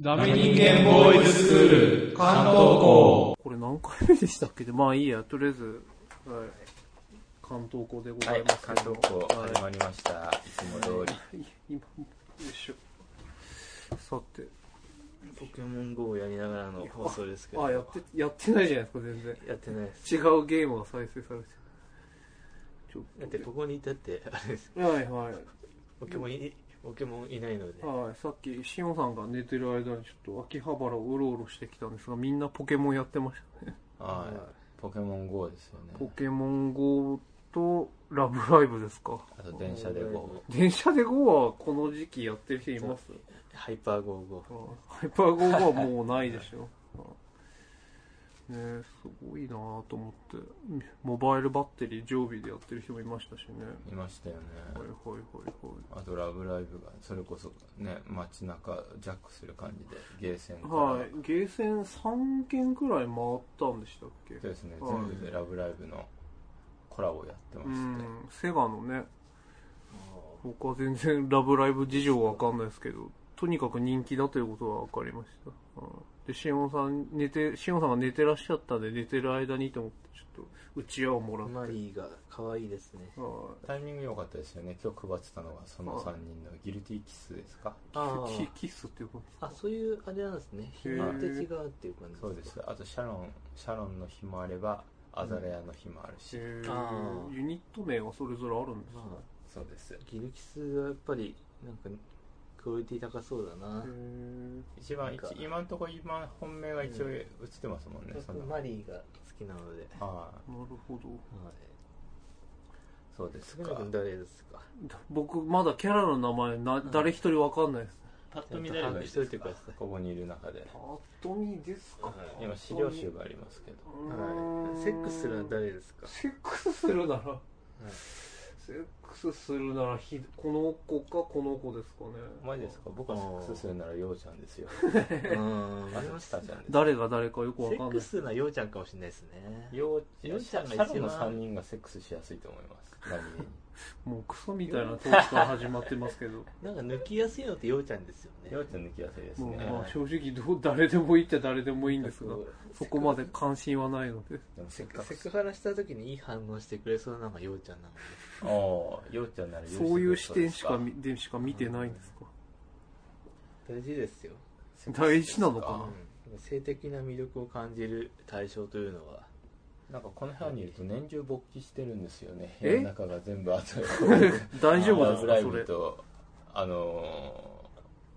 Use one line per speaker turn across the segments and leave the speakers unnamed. ダメ人間ボーイズスクール関東校
これ何回目でしたっけまあいいや、とりあえず、はい、関東校でござ
はいい
ます、、
関東校
は
始まりました。いつも通り。
い、今、よいしょ。さて、
ポケモン GO をやりながらの放送ですけど。
あ、やって、やってないじゃないですか、全然。
やってないです。
違うゲームが再生されてちょ
だってここにいた って、あれです。
はいはい。
ポケモンい、ポケモンいないので。
はい、さっき、しおさんが寝てる間にちょっと秋葉原をうろうろしてきたんですが、みんなポケモンやってましたね。
はい。ポケモン GO ですよ
ポ
ね。
ケモン GO とラブライブですか。
あと電車で GO。
電車で GO はこの時期やってる人います
ハイパー GO
ハイパー GO はもうないでしょ。ねえすごいなぁと思って、モバイルバッテリー常備でやってる人もいましたしね。
GO。いましたよね。
はいはいはいはい。
あとラブライブが、それこそね、街中ジャックする感じで、ゲーセンから。
はい、ゲーセン3軒くらい回ったんでしたっけ
そうですね、
はい
全部でラブライブのコラボをやってま
う
して。
ん、セガのね、僕は全然ラブライブ事情わかんないですけど、とにかく人気だということはわかりました。うんで、しおんさん寝て、しおんさんが寝てらっしゃったんで寝てる間にと思って、ちょっと、うちわをもらって。
マリーが可愛いですね。
は
タイミング良かったですよね。今日配ってたのがその3人のギルティキスですか。
あ
い、キキスっていうことですか
あ、そういうあれなんですね。日によって違うっていう感じ
そうです。あとシャロン、シャロンの日もあれば、アザレアの日もあるし。
へー
あー
ユニット名がそれぞれあるんですね
まあ、
そうです。
ギルキスはやっぱり、なんか、クオリティ高そうだな
へ。ー
一番、
なんか
一今のところ今本命が一応映ってますもんね。その
マリーが好きなので。
はい。
なるほど。
はい。
そうです
菅野
か
君。誰ですか
僕、まだキャラの名前な、誰一人わかんないです。
パッ
と見れればいいですか
といてください。ここにいる中で。
パッと見ですか、
今資料集がありますけど。
うー
は
ん
い。セックスするのは誰ですか
セックスするなら、セックスするならひこの子かこの子ですかね
マジですか僕はセックスするならようちゃんですよ。
うん。
あ
あ
り
り
ま
ま
し
したた
ちゃんです。
誰が誰かよくわ
セ
か
ッ
んな
ク
い
スするのはようちゃんかもしれないですね。
よう
よう
ち
ち
ゃ
ゃ
ん
ん
が
が
一
一
番
番
シャロの3人がセックスしやすいと思います。何気に。
もうクソみたいなトークから始まってますけど
なんか抜きやすいのってようちゃんですよね。
ようちゃん抜きやすいです
も
ね
う。まあ正直どう誰でもいいって誰でもいいんですが
そう
そこまで関心はない ので
でもせっか
セ
く
クハラした時にいい反応してくれそうなのがようちゃんなので。
ああ、ようちゃんなら
そういう視点しか見でしか見てないんですか
大事ですよ、
大事なのかな
うん、性的な魅力を感じる対象というのは
ななんかこの部屋にいると年中勃起してるんですよね。部
え
屋の中が全部あと
大丈夫
ラ
です
ブライ
か
ブと、あの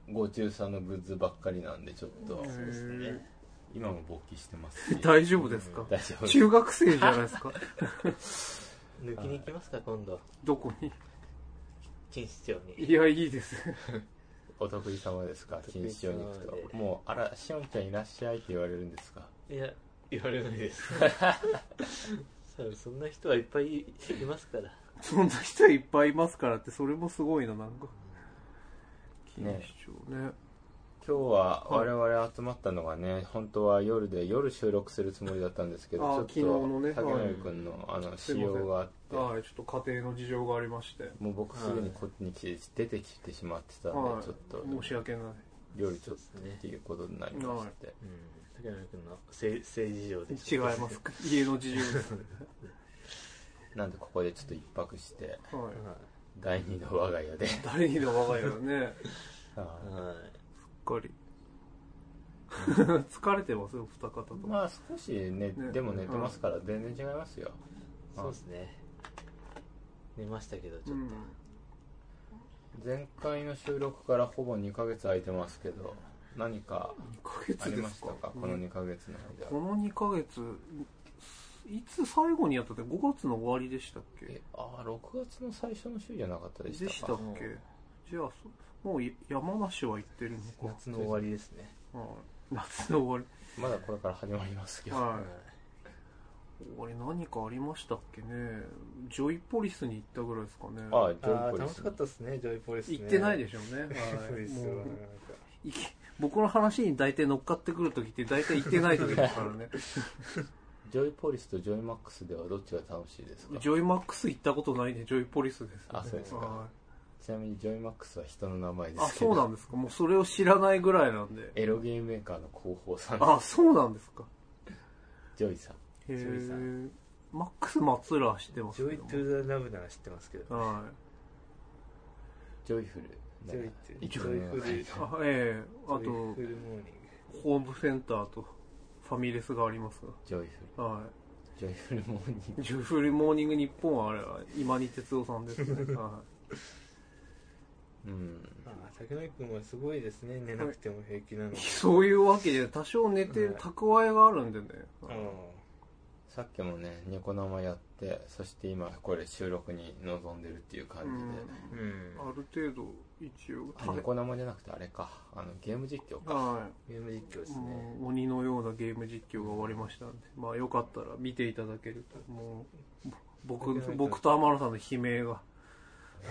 ー、ご中さんのグッズばっかりなんでちょっと、
それへ
今も勃起してますし
ー 大丈夫ですか
大丈夫です
中学生じゃないですか
抜きに行きますか今度
どこに
錦糸町に
いやいいです
お得意様ですか
お得
錦
意様で
糸町に行くともう「あらしおんちゃんいらっしゃい」って言われるんですか
いや言われない ですそうそんな人はいっぱいいますから
そんな人いっぱいいますからって、それもすごいな、なんか。錦
ね
糸町ね。
今日は我々集まったのがね、本当は夜で夜収録するつもりだったんですけど
あー
ち
昨
ょ
日のね
っと竹
はい
森君のあの
すい
仕
ません
様があって
はい、ちょっと家庭の事情がありまして。
もう僕すぐにこっちに来て出てきてしまってたんで、
はい、
ちょっと
申し訳ない。
夜ちょっ
そうです
と
ね
っていうことになりまして、
うん竹野君の性性事情で
違います。家の事情です。
なんでここでちょっと一泊して
は。
はい
第二の我が家で
誰にでも我が家はね、
あ
い、はい
しっかり。疲れてますよ、二方と
ー
も。
まあ少しね
ね
でも寝てますから全然違いますよ、
そうですね寝ましたけどち
う
ょっ
ん。
前回の収録からほぼ2ヶ月空いてますけど何か
2ヶ
あ
月
り
で
まし
す
た
か
かこの2ヶ月の間
この2ヶ月、いつ最後にやったって5月の終わりでしたっけ
えああ6月の最初の週じゃなかったで
で
したか
したっけじゃあそもう山梨は行ってるの
と
か
夏の終わりですね
はい夏の終わ
まだこれから始まりますけ
り
ど、
は
はい
い終わり何かありましたっけねジョイポリスに行ったぐらいですかね
ああジョイ
あ
ポ
ー
リ
楽しかっ
ス
たですねジョイポリスね
行ってない
で
でしょうね
す
はいもう
なんか
行き僕の話に大体乗っかってくるときって大体行ってないときですから ね。
ジョイポリスとジョイマックスではどっちが楽しいですか
ジョイマックス行ったことないね、ジョイポリスです、
あそうですか
はい
ちなみにジョイマックスは人の名前で
あ、
すけど
そうなんですか。もうそれを知らないぐらいなんで。
エロゲーメーカーの広報さん
あ、そうなんですか。
ジョイさん
へ
ジョイさ
え。マックス松浦は知ってます
ジョイト
けど
ゥザラブなら知ってますけど。
も。はい。
ジョイフル
ジョイトゥ
一
ジ
応
ョイフル、ジ
あええ
ョイフ
あ
ルモーニン
と、ホームセンターとファミレスがあります
ジョイフ
が。はい。
ルジョイフルモーニング
ジュフルモーニング日本はあれは今に哲夫さんですね。は
うん
グ。ああ、竹野井くんはすごいですね。寝なくても平気なの
い、。そういうわけで多少寝てる蓄えがあるんでね。
ああ
さっきもねニコ生やってそして今これ収録に臨んでるっていう
う
感
ん
じで、
うん。
ある程度一応
あニコ生じゃなくてあれかあのゲーム実況か
は
ゲーム実況で
い、
すね。
もう鬼のようなゲーム実況が終わりましたんで、まあよかったら見ていただけると、もうぼ僕僕と天野さんの悲鳴が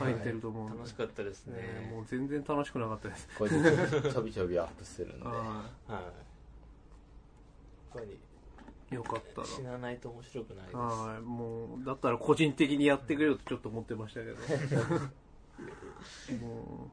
入ってると思うんで、
楽しかったです
ね
ね。
もう全然楽しくなかったです。
これでちょびちょびアップ するんで
は
はい。やっぱり
い、よかったら。
死なないと面白くないです。
はい、もう、だったら個人的にやってくれよとちょっと思ってましたけど。も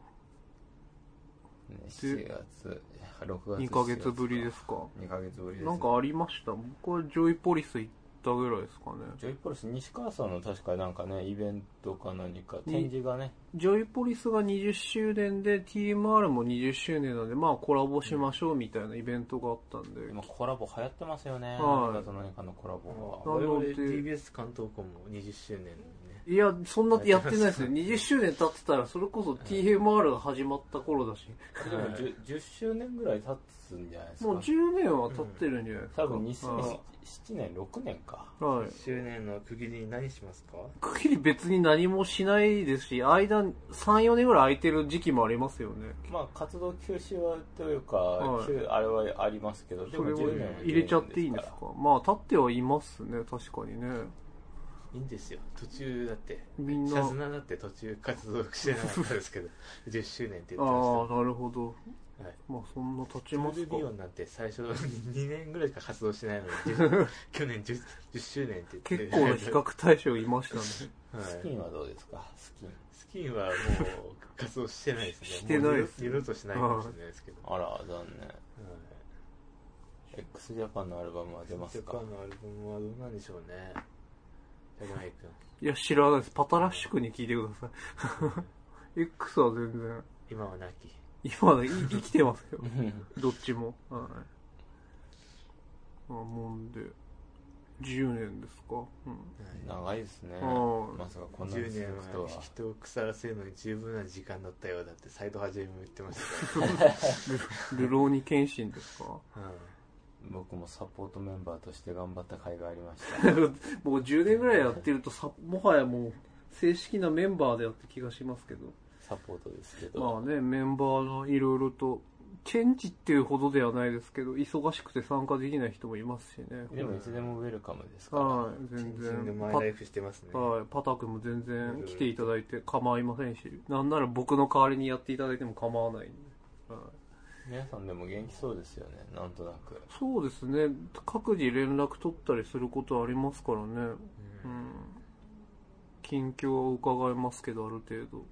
ね7月6
う、
月
2ヶ月ぶりですすか。
2ヶ月ぶりですね
なんかありました僕はジョイポリス行ったぐらいですかね。
ジョイポリス西川さんの確かなんかねイベントか何か
に
展示がね
ジョイポリスが20周年で、TMR も20周年なんで、まあコラボしましょうみたいなイベントがあったんで。
今コラボ流行ってますよね
はい
何かと何かのコラボが
我々
なので
TBS 関東校も20周年ね。
いや、そんなやってないですよ。20周年経ってたら、それこそ TMR が始まった頃だし、
でも 10, 10周年ぐらい経つんじゃないですか
もう10年は経ってるんじゃないですか。
多分2007
は
年6年か
いはい。
10周年の区切りに何しますか
くっきり別に何もしないですし、間3、4年ぐらい空いてる時期もありますよね。
まあ活動休止はというか、
はい
休あれはありますけどで
そ
も
れを
10年は
入れちゃっていいんですかまあ、立ってはいますね、確かにね。
いいんですよ。途中だって。
みん
シ
な
ャズ、ナだって途中活動してなかったです けど、10周年って言ってま
あ
し
あ、なるほど。
た。はい。
まあ、そんな立ち
ジョ
ま
ー
す
ル・
か
ビ。ヨンなんて最初2年ぐらいしか活動してないのに、10 去年 10, 10周年って言って
結構な比較対象いましたね。
はい
スキンはどうですかスキン
スキンはもう活動してないですね。
してないですね
もう二度二度としないかもしれないですけど。
あら残
はい
念 x ジャパンのアルバムは出ます
ジャ
か
パンのアルバムはどうなんでしょうね。竹内君。
いや、知らないです。パタラッシュクに聞いてください。X は全然、
今は亡き。
今まで生きてますよ。
うん
どっちも。はい。あ、もんで、10年ですか。うん。
長いですね
うん
まさかこんなに
10
続
年
くとは
は人を腐らせるのに十分な時間だったようだって斎藤はじめも言ってましたか
ルローニケンシンですか
ら、うん
僕もサポートメンバーとして頑張った甲斐がありまし
もう10年ぐらいやってるとさ、もはやもう正式なメンバーでやって気がしますけど。
たサポートですけど、
まあね、メンバーのいろいろと、チェンジっていうほどではないですけど、忙しくて参加できない人もいますしね。
でもいつでもウェルカムですから、
はい、全
全然で
然。
マイライフしてますね
パはい、パタ君も全然来ていただいて構いませんし、なんなら僕の代わりにやっていただいても構わないんで。はい
皆さんでも元気そうですよねなんとなく
そうですね。各自連絡取ったりすることありますからね。うん。近況は伺いますけど、ある程度。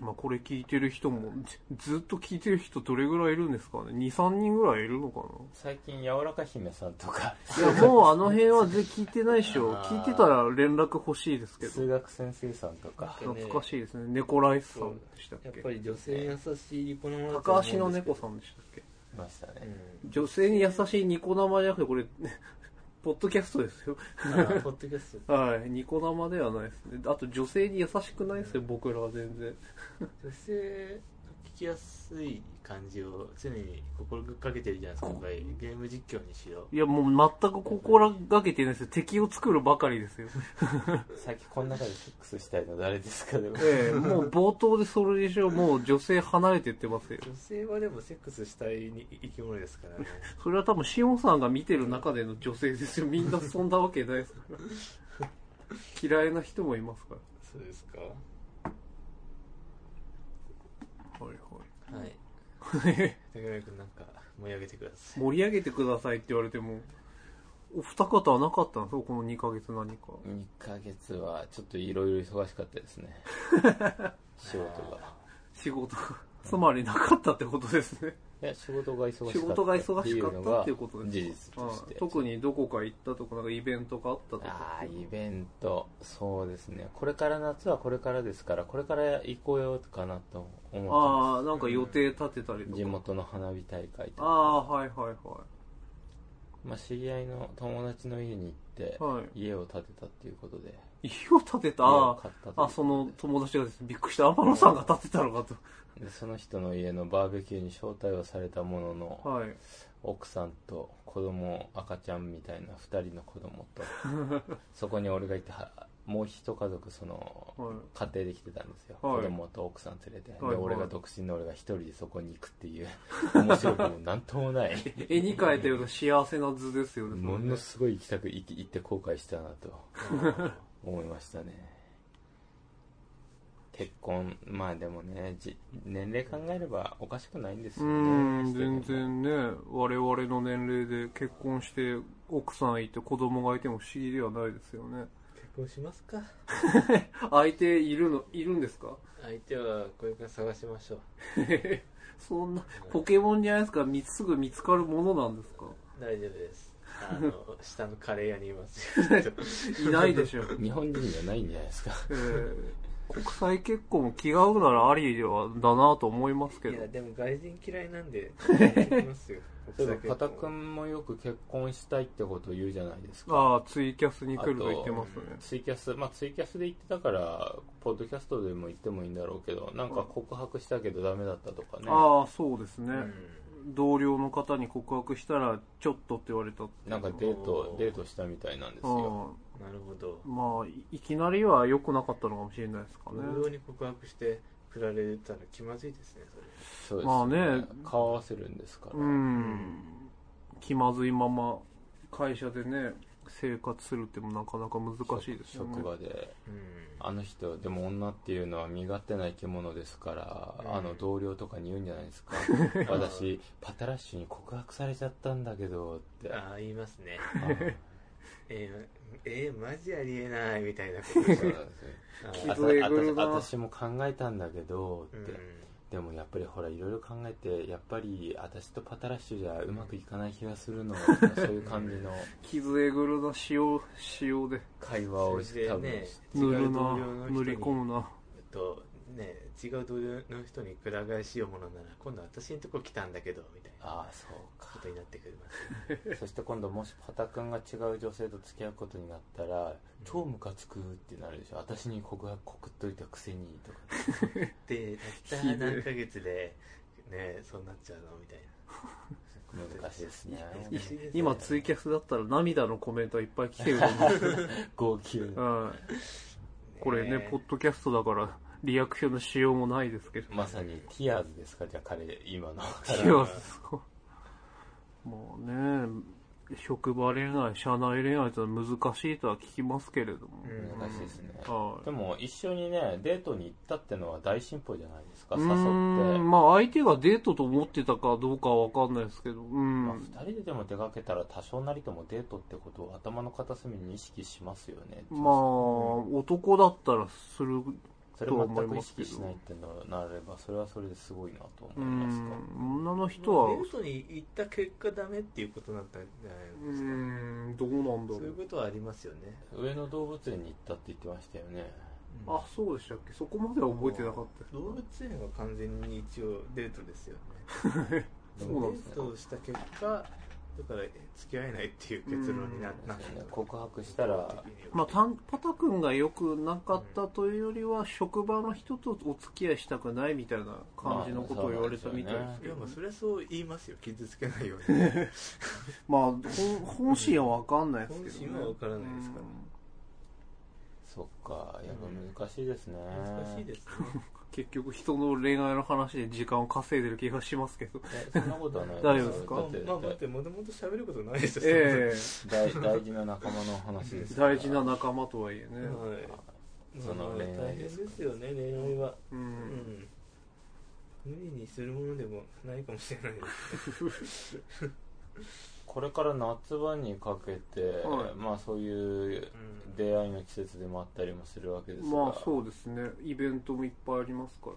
まあ、これ聞いてる人も、 ずずっと聞いてる人どれぐらいいるんですかね ?2、3人ぐらいいるのか
最近柔らか姫さんとか
ない や、もうあの辺はぜ聞いてないでしょ。
あー
聞いてたら連絡欲しいですけ
数
ど。
学先生さんとか
学
懐かしいですね。猫ライスさんでしたっ
やっ
け
ぱり女性に優しいリコ生だと思うん
高
で
橋
すけど
の猫さんでしたっけ
いましたね、
う
女性に優しいニコ生じゃなくて、これ、 ポッドキャストですよ。
んあポッドキャス
はい、ニコ生ではないですね。あと女性に優しくないですよ、僕らは全然。
ト女性の聞きやすい感じを常に心がけてるじゃないですか今回ゲーム実況にしろ
いや、もう全く心がけてないですよ。敵を作るばかりですよ。
最近この中でセックスしたいの誰ですかでも
ええ、 もう冒頭でそれでしょ、もう女性離れてってますよ。
女性はでもセックスしたいに生き物で すからね
それは多分、シオンさんが見てる中での女性ですよ。みんなそんなわけないです から。嫌いな人もいますか。
そうですから
はいはい。
はい竹村君なんか盛り上げてくださ い
盛り上げてくださいって言われても、お二方はなかったんですかこの2ヶ月何か。
2ヶ月はちょっといろいろ忙しかったですね 仕事が
仕事が。つまりなかったってことですね。
いや仕事が忙しかった
仕事が忙しかったっていうことです
ていうのが事実として
うん特にどこか行ったとか、なんかイベントがあったと
あ
か
あ。イベントそうですねこれから夏はこれからですからこれから行こうよかなと思っ
ああ、なんか予定立てたり
て
と
ます
か。
地元の花火大会と
ああ、
か
はいはいはい。
まあ、知り合いの友達の家に行って、
は
家を建てたっていうことで
家を建てた、
家を
あ
買ったということ
あ、
で
その友達がですねびっくりした。天野さんが建てたのか
でその人の家のバーベキューに招待をされたものの、
と。はい。
奥さんと子供赤ちゃんみたいな2人の子供 とそこに俺がいてはもう一家族その、
はい
家庭で来てたんですよ、
はい
子供と奥さん連れて、
はい
で
はい
俺が独身の俺が一人でそこに行くっていう面白くもなんともない
絵に描いたような幸せな図ですよね。
ものすごい行きたく行き行って後悔したなと思いましたね結婚まあでもねじ年齢考えればおかしくないんです
う
よね
ん、全然ね、我々の年齢で結婚して奥さんいて子供がいても不思議ではないですよね。
結婚しますか
相手いるの、いるんですか
相手はこれから探しましょう
そんな、ポケモンじゃないですか、みすぐ見つかるものなんですか
大丈 夫ですあの下のカレー屋にいますよきっと
いないでしょ。
日本人じゃないんじゃないですか
えー国際結婚も気が合うならありではだなと思いますけ
いや
ど。
でも外人嫌いな んで行きますよ
例えば、パタ
君
君もよく結婚したいってことを言うじゃないですか。
ああ、ツイキャスに来ると言ってますね。
ツイキャス、まあツイキャスで言ってたから、ポッドキャストでも言ってもいいんだろうけど、なんか告白したけどダメだったとかね。
ああ、そうですね。
う
同僚の方に告白したら、ちょっとって言われたっていう
なんかデート、デートしたみたいなんですよ。
うん
んなるほど
まあ、いいきなりは良くなかったのかもしれないですかね。
無料に告白して振られたら気まずいですねそれ
そうです、
まあね
顔合わせるんですから。
うん。気まずいまま、会社でね、生活するってもなかなか難しいですよね。
職場で。
うん
あの人、でも女っていうのは身勝手な生き物ですから、
うん
あの同僚とかに言うんじゃないです か。私、パタラッシュに告白されちゃったんだけど、って。
ああ言います ね
あ
えー、えー、マジありえないみたいなことでし
そう
ょ
なんですよ
あ
き
あ
ー
た
傷えぐるな
あた私も考えたんだけどって、
うん
でもやっぱりほらいろいろ考えてやっぱり私とパタラッシュじゃうまくいかない気がする の、そういう感じの
傷えぐるな塩、塩で
会話を
そ
して
れで
多分
ね
塗
違
る
う同
な
僚の、人
塗
に
り込むな。
とね違う同僚の人にくら替えしようものなら今度私のとこ来たんだけどみたいな
ああそうか
ことになってくる
そして今度もしパタ君が違う女性と付き合うことになったら超ムカつくってなるでしょ私に告白告っといたくせにとか
でたった何ヶ月でねそうなっちゃうのみたい
難しいですね
な不思議ですね
今、ツイキャスだったら涙のコメントはいっぱい来てると 思うんですけ
号泣
どうんこれね、ポッドキャストだから、リアクションのしようもないですけど。
まさにティアーズですかじゃあ彼今 の
いや、そう。もうね、職場恋愛、社内恋愛とは難しいとは聞きますけれども。
うん
難しいですね、
はい
でも一緒にねデートに行ったってのは大進歩じゃないですか
う
誘って、
ーん、
ま
まあ相手がデートと思ってたかどうかはわかんないですけど、うん。
あ、2人ででも出かけたら多少なりともデートってことを頭の片隅に意識しますよね
まあ、男だったらする、
それ
とは思い
全く
ま
意
すけ
識
ど
しないってのなればそれはそれですごいなと
う
思いますか
ん、女の人
人は
は
デ、ートに行った結果ダメっていうことだったんじゃな
う
いですか、
ん、どうなんだ
そう
ろ
いう
う。
ことはありますよね、
上野動物園に行ったって言ってましたよね
うん
あ、そうでしたっけそこまでは覚えてなかった。
動物園は完全に一応デートですよね
そうなんです
デ
ね
ートをした結果だから付き合えないっていう結論になったな
ね告白したら
まあ、たんパタ君が良くなかったというよりは、職場の人とお付き合いしたくないみたいな感じのことを言われたみたいです
い
け
や
ど、
まあそれはそう言いますよ傷つけないように
まあ、本本心は分かんないですけど、ね、
本心は分からないですから
うん
そっかやっぱ難しいですね、
難しいですね
結局人の恋愛の話で時間を稼いでる気がしますけど
えそんなことはな
大
い
丈夫ですか
だって
まあ待ってもともと喋ることないですよ
ええ
大大事な仲間の話ですから
大事な仲間とはいえね、
はい
その恋愛です
大変ですよね恋愛は
う
うんん無理にするものでもないかもしれないです
これから夏場にかけて、
はい
まあそういう
うん
出会いの季節でもあったりもするわけですが、
まあそうですねイベントもいっぱいありますから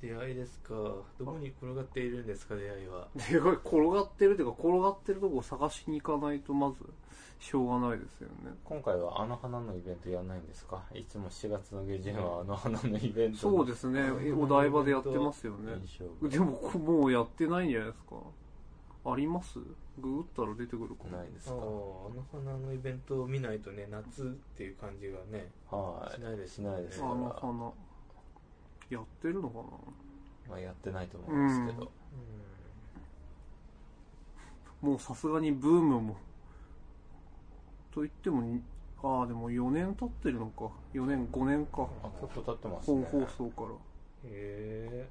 出会いですかどこに転がっているんですか出会いは
でかい転がってるっていうか転がってるとこを探しに行かないとまずしょうがないですよね
今回はあの花のイベントやらないんですかいつも4月の下旬はあの 花のイベント
そうですねえお台場でやってますよね
印象
でもこもうやってないんじゃないですかありますググったら出てくるか
がないです
あああ
か
の花のイベントを見ないとね夏っていう感じがね
は
しないで
い
す
しないで
あ
すから、
の花やってるのか
まあ、やってないと思うんですけど、
なもうさすがにブームもと言ってもにああでも4年経ってるのか4年5年か
あ結構経ってます
本
ね
放送から
へえ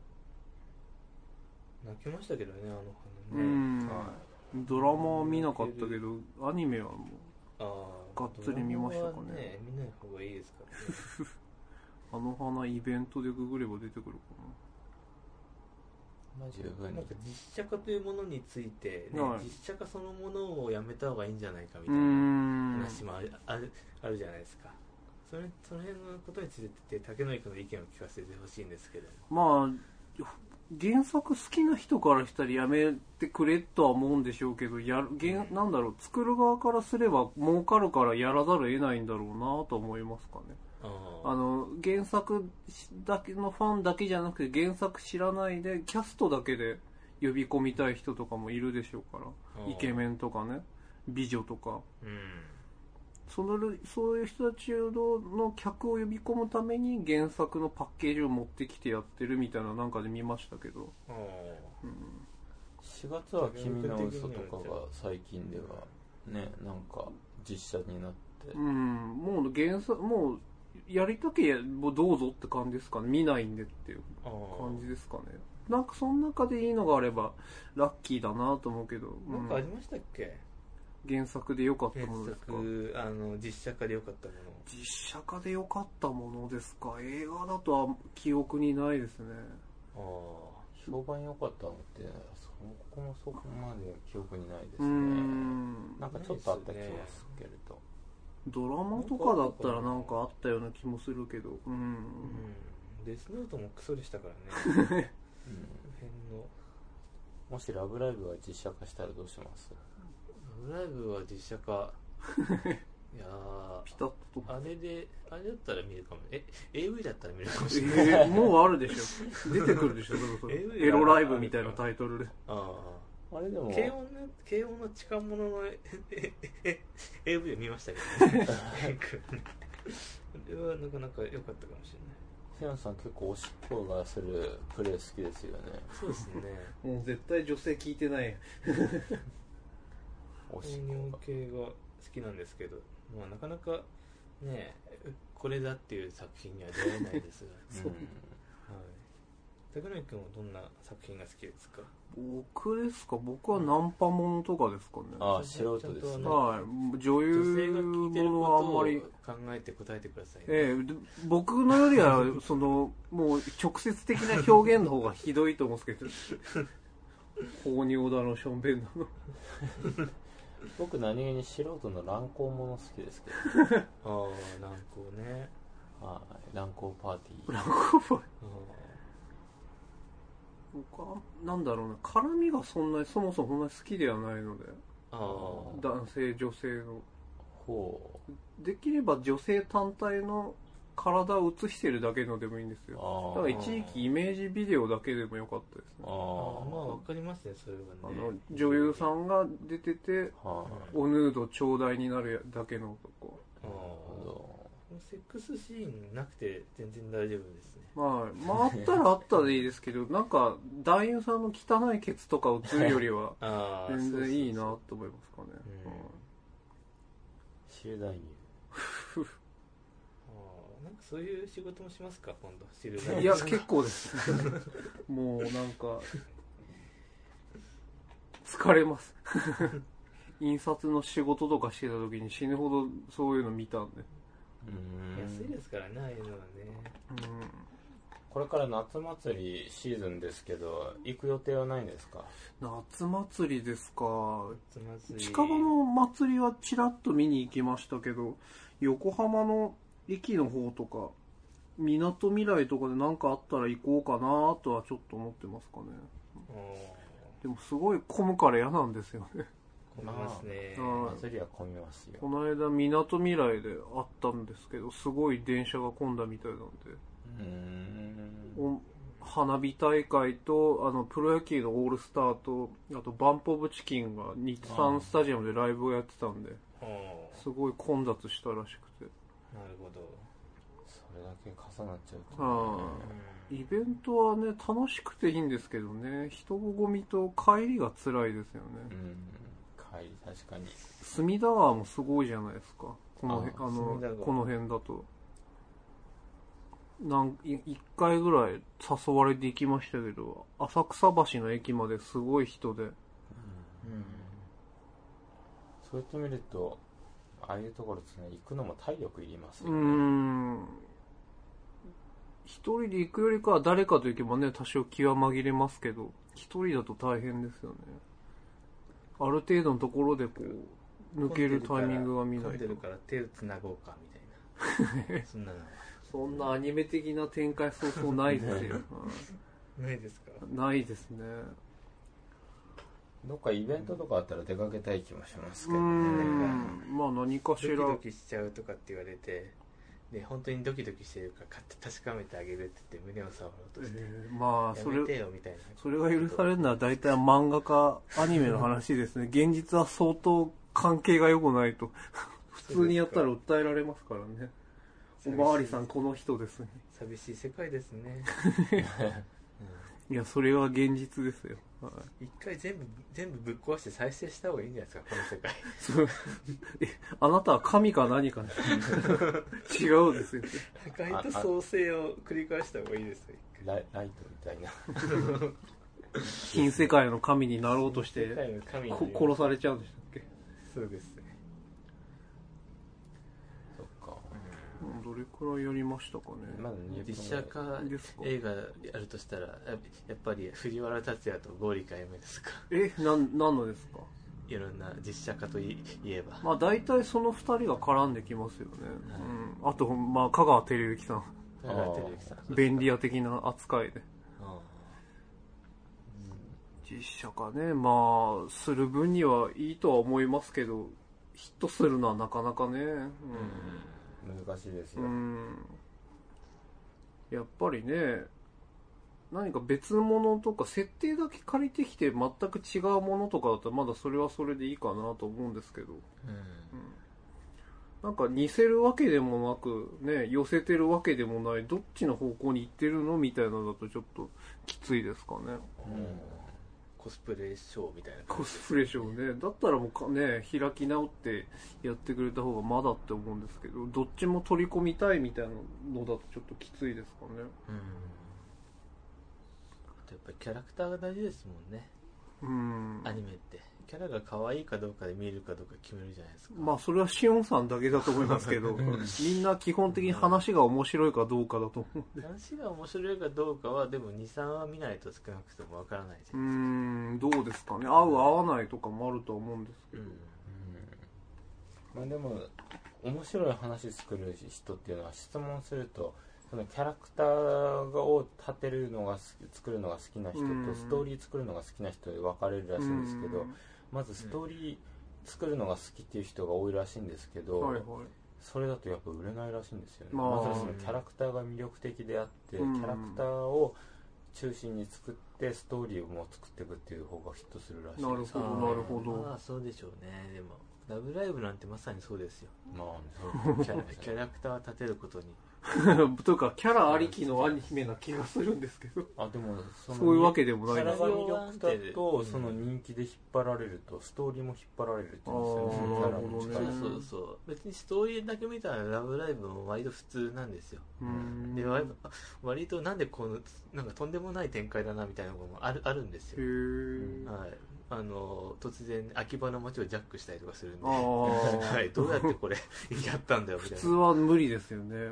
泣きましたけどねあの
う
花ね、
ん、
は
ドラマは見なかったけどアニメはも
ああ
がっつり見ましたかね
ドラマは見ない方がいいですから ね
うあの花イベントでググれば出てくるかな
まあ
十分に
なんか実写化というものについて、ね
はい
実写化そのものをやめた方がいいんじゃないかみ
う
たいなん話もある,、あるあるじゃないですかそれその辺のことについて竹野井君の意見を聞かせてほしいんですけど
まあ原作好きな人からしたらやめてくれとは思うんでしょうけどやる原なんだろう作る側からすれば儲かるからやらざるを得ないんだろうなと思いますかねあ
あ
の原作だけのファンだけじゃなくて原作知らないでキャストだけで呼び込みたい人とかもいるでしょうか
あ
らイケメンとかね美女とか
うん
その類そういう人たちの客を呼び込むために原作のパッケージを持ってきてやってるみたいななんかで見ましたけど、
ああ
うん
4月は「君の嘘とかが最近ではねなんか実写になって
うん、もう原作もうやりたけりゃもうどうぞって感じですかね見ないんでっていう
あ
感じですかねなんかその中でいいのがあればラッキーだなと思うけど、う
なん
ん
かありましたっけ
原作で良かった
原
ものですか
作あの実写化で良かったもの
実写化で良かったものですか映画だとは記憶にないですね
あ
評判良かったのってそこもそこまで記憶にないです
う
ね
ん
なんかちょっとあった気がするけれど、
ドラマとかだったらなんかあったような気もするけど、うん。
あうんデスノートもクソでしたから ねこの
うん
辺の
もし「ラブライブ!」が実写化したらどうします
ラブライブは実写 化いやー
ピタッと。
あれであれだったら見るかもえ AV だったら見るかも
え
しれ な
ー、
い
もうあるでしょ。出てくるでしょ、そろ そろ。
AV
エロライブみたいなタイトルで。
あ
あれで
あ
も
軽音の軽音の近者のえええ AV を見ましたけ どねこれはなかなか良かったかもしれな
セ
い
アンさん結構おしっこがするプレイ好きですよね
そうですね
もう絶対女性聞いてない。
おし
糖
っ
尿
こが
系が好きなんですけど、まあ、なかなかねえこれだっていう作品には出会えないですが、
そう
はい、竹内君はどんな作品が好きですか
僕ですか僕はナンパものとかですかね。
ああ素人です
ちゃん
ね
とあ
はい。女優
女性が聞いてる
も
こと
のはあんまり
を。考えて答えてくださいね、
ええで僕のよりは、 その、もう直接的な表現の方がひどいと思うんです けど。放尿だの、しょんべんだの。
僕何気に素人の乱行もの好きですけ
ああなんかね
どはい乱行パーティー
なんかこれ
あ
僕はなんだろうな絡みがそんなにそもそもそんなに好きではないので
ああ
男性女性の
ほう
できれば女性単体の体を映してるだけのでもいいんですよだ
あ
から
ー
一時期イメージビデオだけでもよかったです
あ
ね
ああまあ
ー
わかりますねそれ
あ
はね
の女優さ
あ
んが出てて
はい
おヌード頂戴になるだけの男
あ
なるほど
セックスシーンなくて全然大丈夫ですね
はいまああったらあったでいいですけどなんか男優さんの汚いケツとか映るよりは
ああ
全然いい
そう
なと思いますかね
そうそうう
はい
ん
集団
ああなんかそういう仕事もしますか今度知る
いや、結構です。 もうなんか、疲れます。 印刷の仕事とかしてた時に死ぬほどそういうの見たんで。
うーん
安いですからねああいうのはね
うん
これから夏祭りシーズンですけど行く予定はないんですか
夏祭りですか。
つまずい
近場の祭りはちらっと見に行きましたけど、横浜の駅の方とか、みなとみらいとかで何かあったら行こうかなとはちょっと思ってますかね。
お
でもすごい混むから嫌なんですよね。
ー混みますね
うん
祭りは混みますよ
この間みなとみらいであったんですけど、すごい電車が混んだみたいなんで。
うーん
お花火大会とあのプロ野球のオールスターとあとバンプ・オブ・チキンが日産スタジアムでライブをやってたんで
おー
すごい混雑したらしくて
なるほど
それだけ重なっちゃうと
あ
うん
イベントはね楽しくていいんですけどね人混みと帰りが辛いですよ
う
ね
ん帰り確かに
隅田川もすごいじゃないですかこの辺
あ
あの
隅田川
この辺だとなんい一回ぐらい誘われて行きましたけど浅草橋の駅まですごい人で
そうやって見るとああいうところですね行くのも体力いります
う
よ
ーん一人で行くよりかは誰かと行けばね、多少気は紛れますけど、一人だと大変ですよね。ある程度のところでこう、抜けるタイミングが見な
混ん
い
で
と。
るから手をつなごうかみたい なそんなのは
そんなアニメ的な展開そうそうないです よ。
ないですか
うんないですね。
どっかイベントとかあったら出かけたい気もします
う
け
ー
どね
ん。まあ何か
ド
し
キ
ら。
ドキしちゃうとかって言われてで本当にドキドキしてるか買って確かめてあげるって言って胸を触ろうとして、
えーまあ、そ
やめて
れ、
よみたいな
それが許されるのは大体漫画 かアニメの話ですね。現実は相当関係が良くないと。 普通にやったら訴えられますからね。おまわりさんこの人ですね。
寂しい世界です ね
いや、それは現実ですよ。 はい、
一回全部全部ぶっ壊して再生した方がいいんじゃないですかこの世界
そうえあなたは神か何 かね違うですよ。
破壊と創生を繰り返した方がいいですよ
ライライトみたいな
新世界の神になろうとし
世界
て、
の神に
こ殺されちゃうんでしたっけ
そうですね
そっか
うんどれくらいやりましたかね。
まだ20分
実写化
ですか
映画やるとしたらややっぱり藤原竜也と剛力彩芽ですか
え、なん、何のですか
いろんな実写化とい言えば
まあ大体その二人が絡んできますよね。うん、あと、まあ香川照之さん。
だから照之さん
便利屋的な扱いで。
あ
実写化ね、まあ、する分にはいいとは思いますけど、ヒットするのはなかなかね、
難しいです
う
よ、
ん。うん。やっぱりね、何か別物とか、設定だけ借りてきて全く違うものとかだったらまだそれはそれでいいかなと思うんですけど、
うん
なんか似せるわけでもなく、ね、寄せてるわけでもない、どっちの方向に行ってるのみたいなのだとちょっときついですかね。
うん
コスプレショーみたいな
コ
感じ
スプレショーね。だったらもうかね、開き直ってやってくれた方がまだって思うんですけど、どっちも取り込みたいみたいなのだとちょっときついですかね。
うんあとやっぱりキャラクターが大事ですもんね
うん
ア。ニメってキャラが可愛いかどうかで見えるかどうか決めるじゃないですか
まあそれはシオンさんだけだと思います けど、みんな基本的に話が面白いかどうかだと思う。
話が面白いかどうかはでも23話見ないと少なくともわからないじゃ
う
ないですか
ん、どうですかね。合う合わないとかもあると思うんですけ
う
ど。
ん
まあ、でも面白い話作る人っていうのは質問するとそのキャラクターを立てるのが好き作るのが好きな人
うん
とストーリー作るのが好きな人で分かれるらしいんですけ
う
ど
ん
まずストーリー作るのが好きっていう人が多いらしいんですけど、
はいはい。
それだとやっぱ売れないらしいんですよね、
まあ
まずはそのキャラクターが魅力的であって、
うん
キャラクターを中心に作ってストーリーをもう作っていくっていう方がヒットするらしいです
なるほど、なるほど
ま。あそうでしょうねでも「ラブライブ!」なんてまさにそうですよ
まあね、
キャラキャラクターを立てることに
というか、キャラありきのアニメな気がするんですけど。
あでもそ
そういうわけでもない
キャ
な
ラが魅力だ
う
と
ん
その人気で引っ張られるとストーリーも引っ張られるって言うんですよ
あ
ね
ー
キャラの
なるほ
そ
ど
う
ね
そうそう別にストーリーだけ見たら「ラブライブ!」も割と普通なんですよ
うん
で割割となんでこのなんかとんでもない展開だなみたいなこともあるあるんです
へ
よ、
ー
はい、あの突然秋葉の街をジャックしたりとかするんで
ああ。
はい、どうやってこれやったんだよみたい
普通
な
は無理ですよね。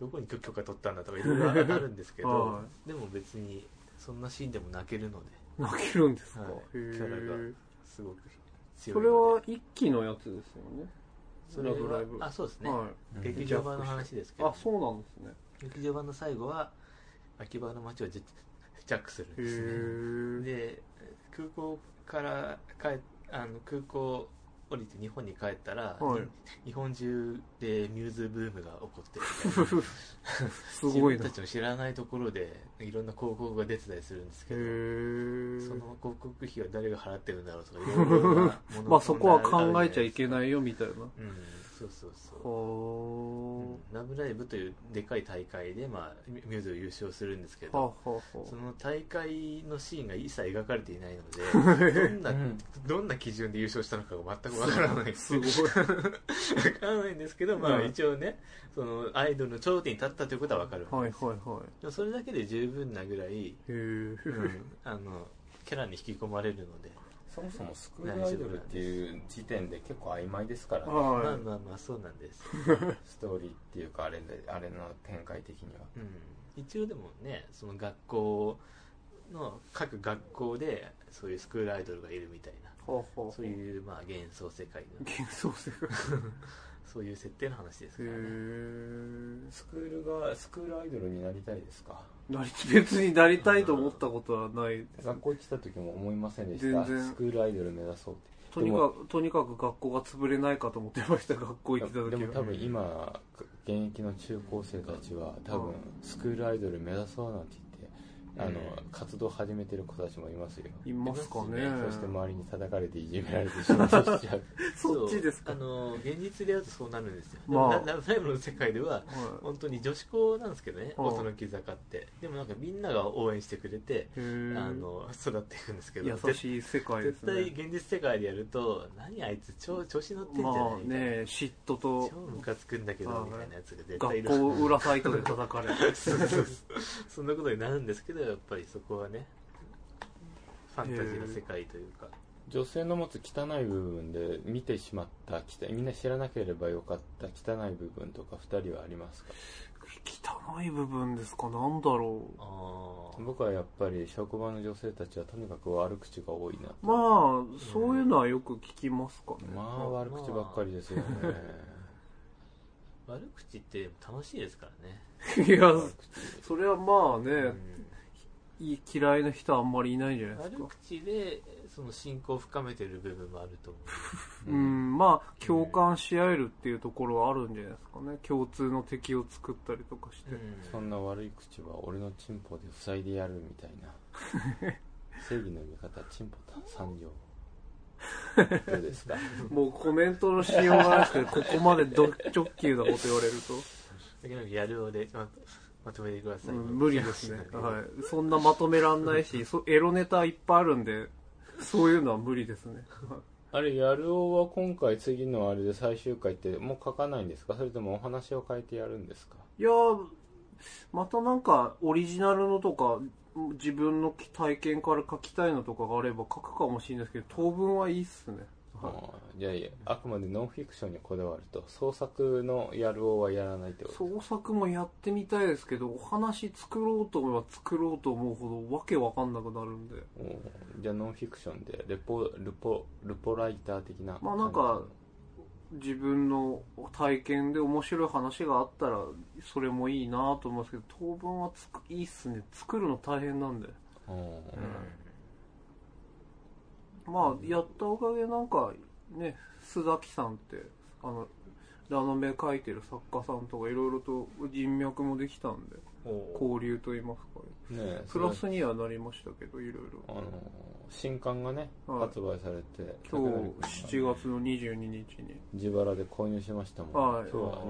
どどこに許可取ったんだとかいろいろあるんですけ ど
は
でも別にそんなシーンでも泣けるので
泣けるんですか、
はい
へー
キャラがすごく強
そ
い
れ
の
は
で
一期のやつですよね
それ
ラブライブ
はあそうですね、
は
うん
劇場版の話ですけ
い、
ど
あそうなんですね
劇場版の最後は秋葉の街をジェジャックするん
へ
ですね
ー
で空港から帰あの空港降りて日本に帰ったら、
はい
に日本中でミューズブームが起こってるみたいな
すごい
自
な
分たちの知らないところでいろんな広告が出てたりするんです
へ
けど、
ー
その広告費は誰が払ってるんだろ うとかいろいろなもの
まあそこは考えちゃいけ
い
ないよみたいなは
うんそうそうそう
あ
「ラブライブ!」というでかい大会で、まあ、ミューズを優勝するんですけ
はあ
ど
はあは
その大会のシーンが一切描かれていないの でどんな、
うん
どんな基準で優勝したのかが全くわからない
あすごい
わからないんですけど、まあ、
うん
一応ねそのアイドルの頂点に立ったということはわかる、
はいはいはい
でもそれだけで十分なぐらい、
へー
うん あのキャラに引き込まれるので、
そもそもスクールアイドルっていう時点で結構曖昧ですからね、
まあ
は
まあまあそうなんです、
ストーリーっていうかあれであれの展開的には
うん、一応でもねその学校の各学校でそういうスクールアイドルがいるみたいない
はあはあ
そういうまあ幻想世界の
幻想世界
そういう設定の話です
へ
からね、
ー
スクールがスクールアイドルになりたいですか
なり別になりたいと思ったことはない
学校行ってた時も思いませんでし
全
た
然
スクールアイドル目指そうって
とにかくとにかく学校が潰れないかと思ってました学校行ってた
で
時
も多
は
分今現役の中高生たちは多分スクールアイドル目指そうなんて言ってあの
うん
活動始めてる子たちもいますよ
いますかね
そして周りに叩かれていじめられて仕事しちゃう
そっちですか
あの現実でやるとそうなるんですよ、
まあ
でもララブライブの世界では
は
本当に女子校なんですけどね
うん
大人木坂ってでもなんかみんなが応援してくれて
いへ
あ
ー
の育っていくんですけど
優しい世界で
絶
す
対
ね
現実世界でやると何あいつ超調子乗ってんじゃない
まあ
みたいな
ね嫉妬と
超ムカつくんだけど
はい
みたいなやつが絶対い
学
る
校裏サイトで叩かれる
そうそうそうそんなことになるんですけどやっぱりそこはねファンタジーの世界というか、
女性の持つ汚い部分で見てしまった汚いみんな知らなければよかった汚い部分とか2人はありますか
汚い部分ですかなんだろう
ああ
僕はやっぱり職場の女性たちはとにかく悪口が多いなと
まあそういうのはよく聞きますかね
まあ悪口ばっかりですよね
悪口って楽しいですからね、
いや
悪口
それはまあね
うん
い嫌いな人はあんまりいないんじゃないです
悪
か
口でその信仰を深めてる部分もあると思
う、んまあ共感し合えるっていうところはあるんじゃないですかね共通の敵を作ったりとかして
う、
そんな悪い口は俺のチンポで塞いでやるみたいな 正義の味方チンポ三条どうですか
もうコメントのしようがないですけどここまでど直球なこと言われる
だけどやるおでままとめてくだ
と、
さ
う
い、
ん無理ですね、はい、そんなまとめらんない しそエロネタいっぱいあるんでそういうのは無理ですねはい
あれやるおは今回次のあれで最終回ってもう書かないんですかそれともお話を変えてやるんですか
いやーまたなんかオリジナルのとか自分の体験から書きたいのとかがあれば書くかもしれないですけど当分はいいっすね
あーいやいやあくまでノンフィクションにこだわると創作のやるおはやらないってこと
創作もやってみたいですけどお話作ろうと思えば作ろうと思うほどわけわかんなくなるんで
おーじゃあノンフィクションでレポルポルポライター的な
まあなんか自分の体験で面白い話があったらそれもいいなと思うんですけど当分はつくいいっすね作るの大変なんで
感じ
まあやったおかげでなんかね須崎さんってあのラノベ書いてる作家さんとかいろいろと人脈もできたんで
こ
交流と言いますかね
うんねえ
プラスにはなりましたけどいろい
あの新刊がね、
はい
発売されて
ろ今日
高成君
7
が
月の22日に
自腹で購入しましたもん、
はい
今日は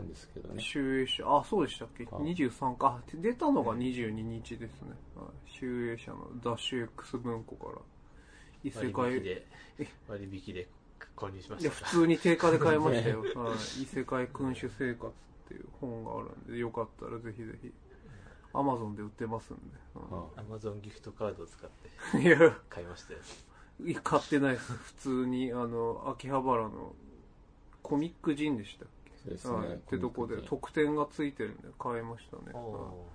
23ですけどね
集英社あそうでしたっけ
はい
23かあで出たのが22日ですね、はい、集英社のダッシュ X 文庫から異世
う割
界
引で割引で購入しま
い
し
や
たか
普通に定価で買いま したよ、はい、異世界君主生活っていう本があるんでよかったらぜひぜひアマゾンで売ってますんで、
うん
ら Amazon ギフトカードを使って
うんいや
買いましたよ
いや買ってないです普通にあの秋葉原のコミックジンでしたっけ
ですね。
はい、ってとこで
の時
特典がついてるんで買いましたね、はい
お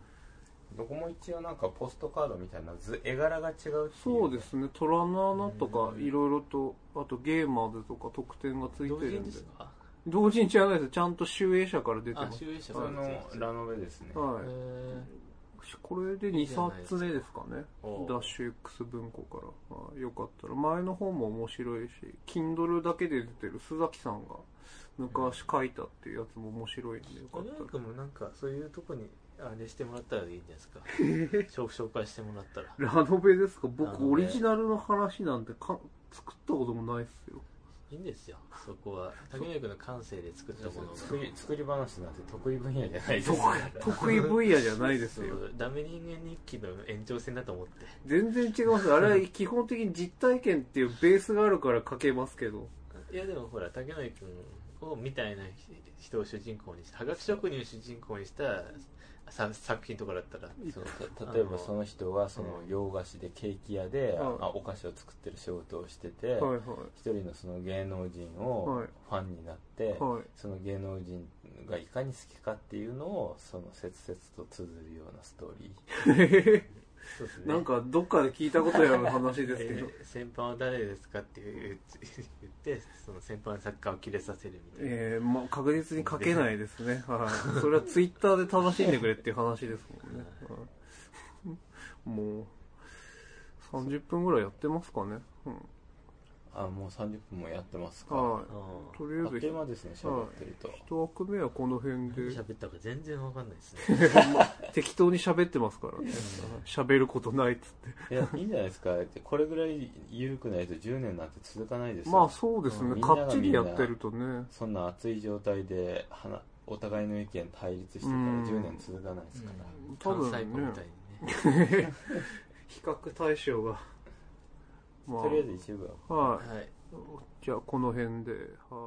どこも一応なんかポストカードみたいな図絵柄が違うっていう
そうですねトラの穴とか
うん
いろいろとあとゲーマーズとか特典がつ
ー
い
同
て
時
るん
で
です
か
同時に違うないですちゃんと集英社から出て
あ
ます
集英社
普通のラノベですね。
はい、
え
これで
いい
2
じゃないで
冊
すか
目ですかね
おう
ダッシュ X 文庫から、まあ、よかったら前の方も面白いし Kindle だけで出てる須崎さんが昔書いたっていうやつも面白いんでよか
小
っ
野
た
君もなんかそういうとこにあれしてもらったらいいんじゃない ですか紹紹介してもらったら
らラノベですか
ラノ
僕
ベ
オリジナルの話なんてか作ったこともないっすよ
いいんですよそこは竹内君の感性で作ったものが
作り作り話なんて得意分野じゃないです
得
から。
得意分野じゃないですよ
そうダメ人間日記の延長線だと思って
全然違いますあれは基本的に実体験っていうベースがあるから書けますけど
いやでもほら竹内君をみたいな人を主人公にしたはがき職人を主人公にしたさ作品とかだったら
そうた例えばその人がその洋菓子でケーキ屋で、
うん
あお菓子を作ってる仕事をしてて、
はいはい
一人のその芸能人を
はい
ファンになって、
はい
その芸能人がいかに好きかっていうのをその切々と綴るようなストーリ
そうですね
なんかどっかで聞いたことやる話ですけど
えー先輩は誰ですかって言う言ってその先輩の作家を切れさせるみたいな、
えーまあ、確実に書けないですね、はい、それはツイッターで楽しんでくれっていう話ですもんね、はいもう30分ぐらいやってますかね、うん
ーあもう30分もやってますか、
は
う
い、とり
あ
あ
っと
え
いう
ず
間ですね喋ってると、
一枠目はこの辺
ん、何
で
喋ったか全然わかんないですね
まあ適当に喋ってますからね喋ることないっつって
いやいいんじゃないですかこれぐらい緩くないと10年なんて続かないですよ
まあそうです
う
ね
ん
かっちりやってるとね
そんな熱い状態で話お互いの意見対立してたら
うん
10年続かないですから、
多分ね
関西語みたいにね
比較対象がま
とりあえず一部は
あはい
はい
じゃあこの辺ではい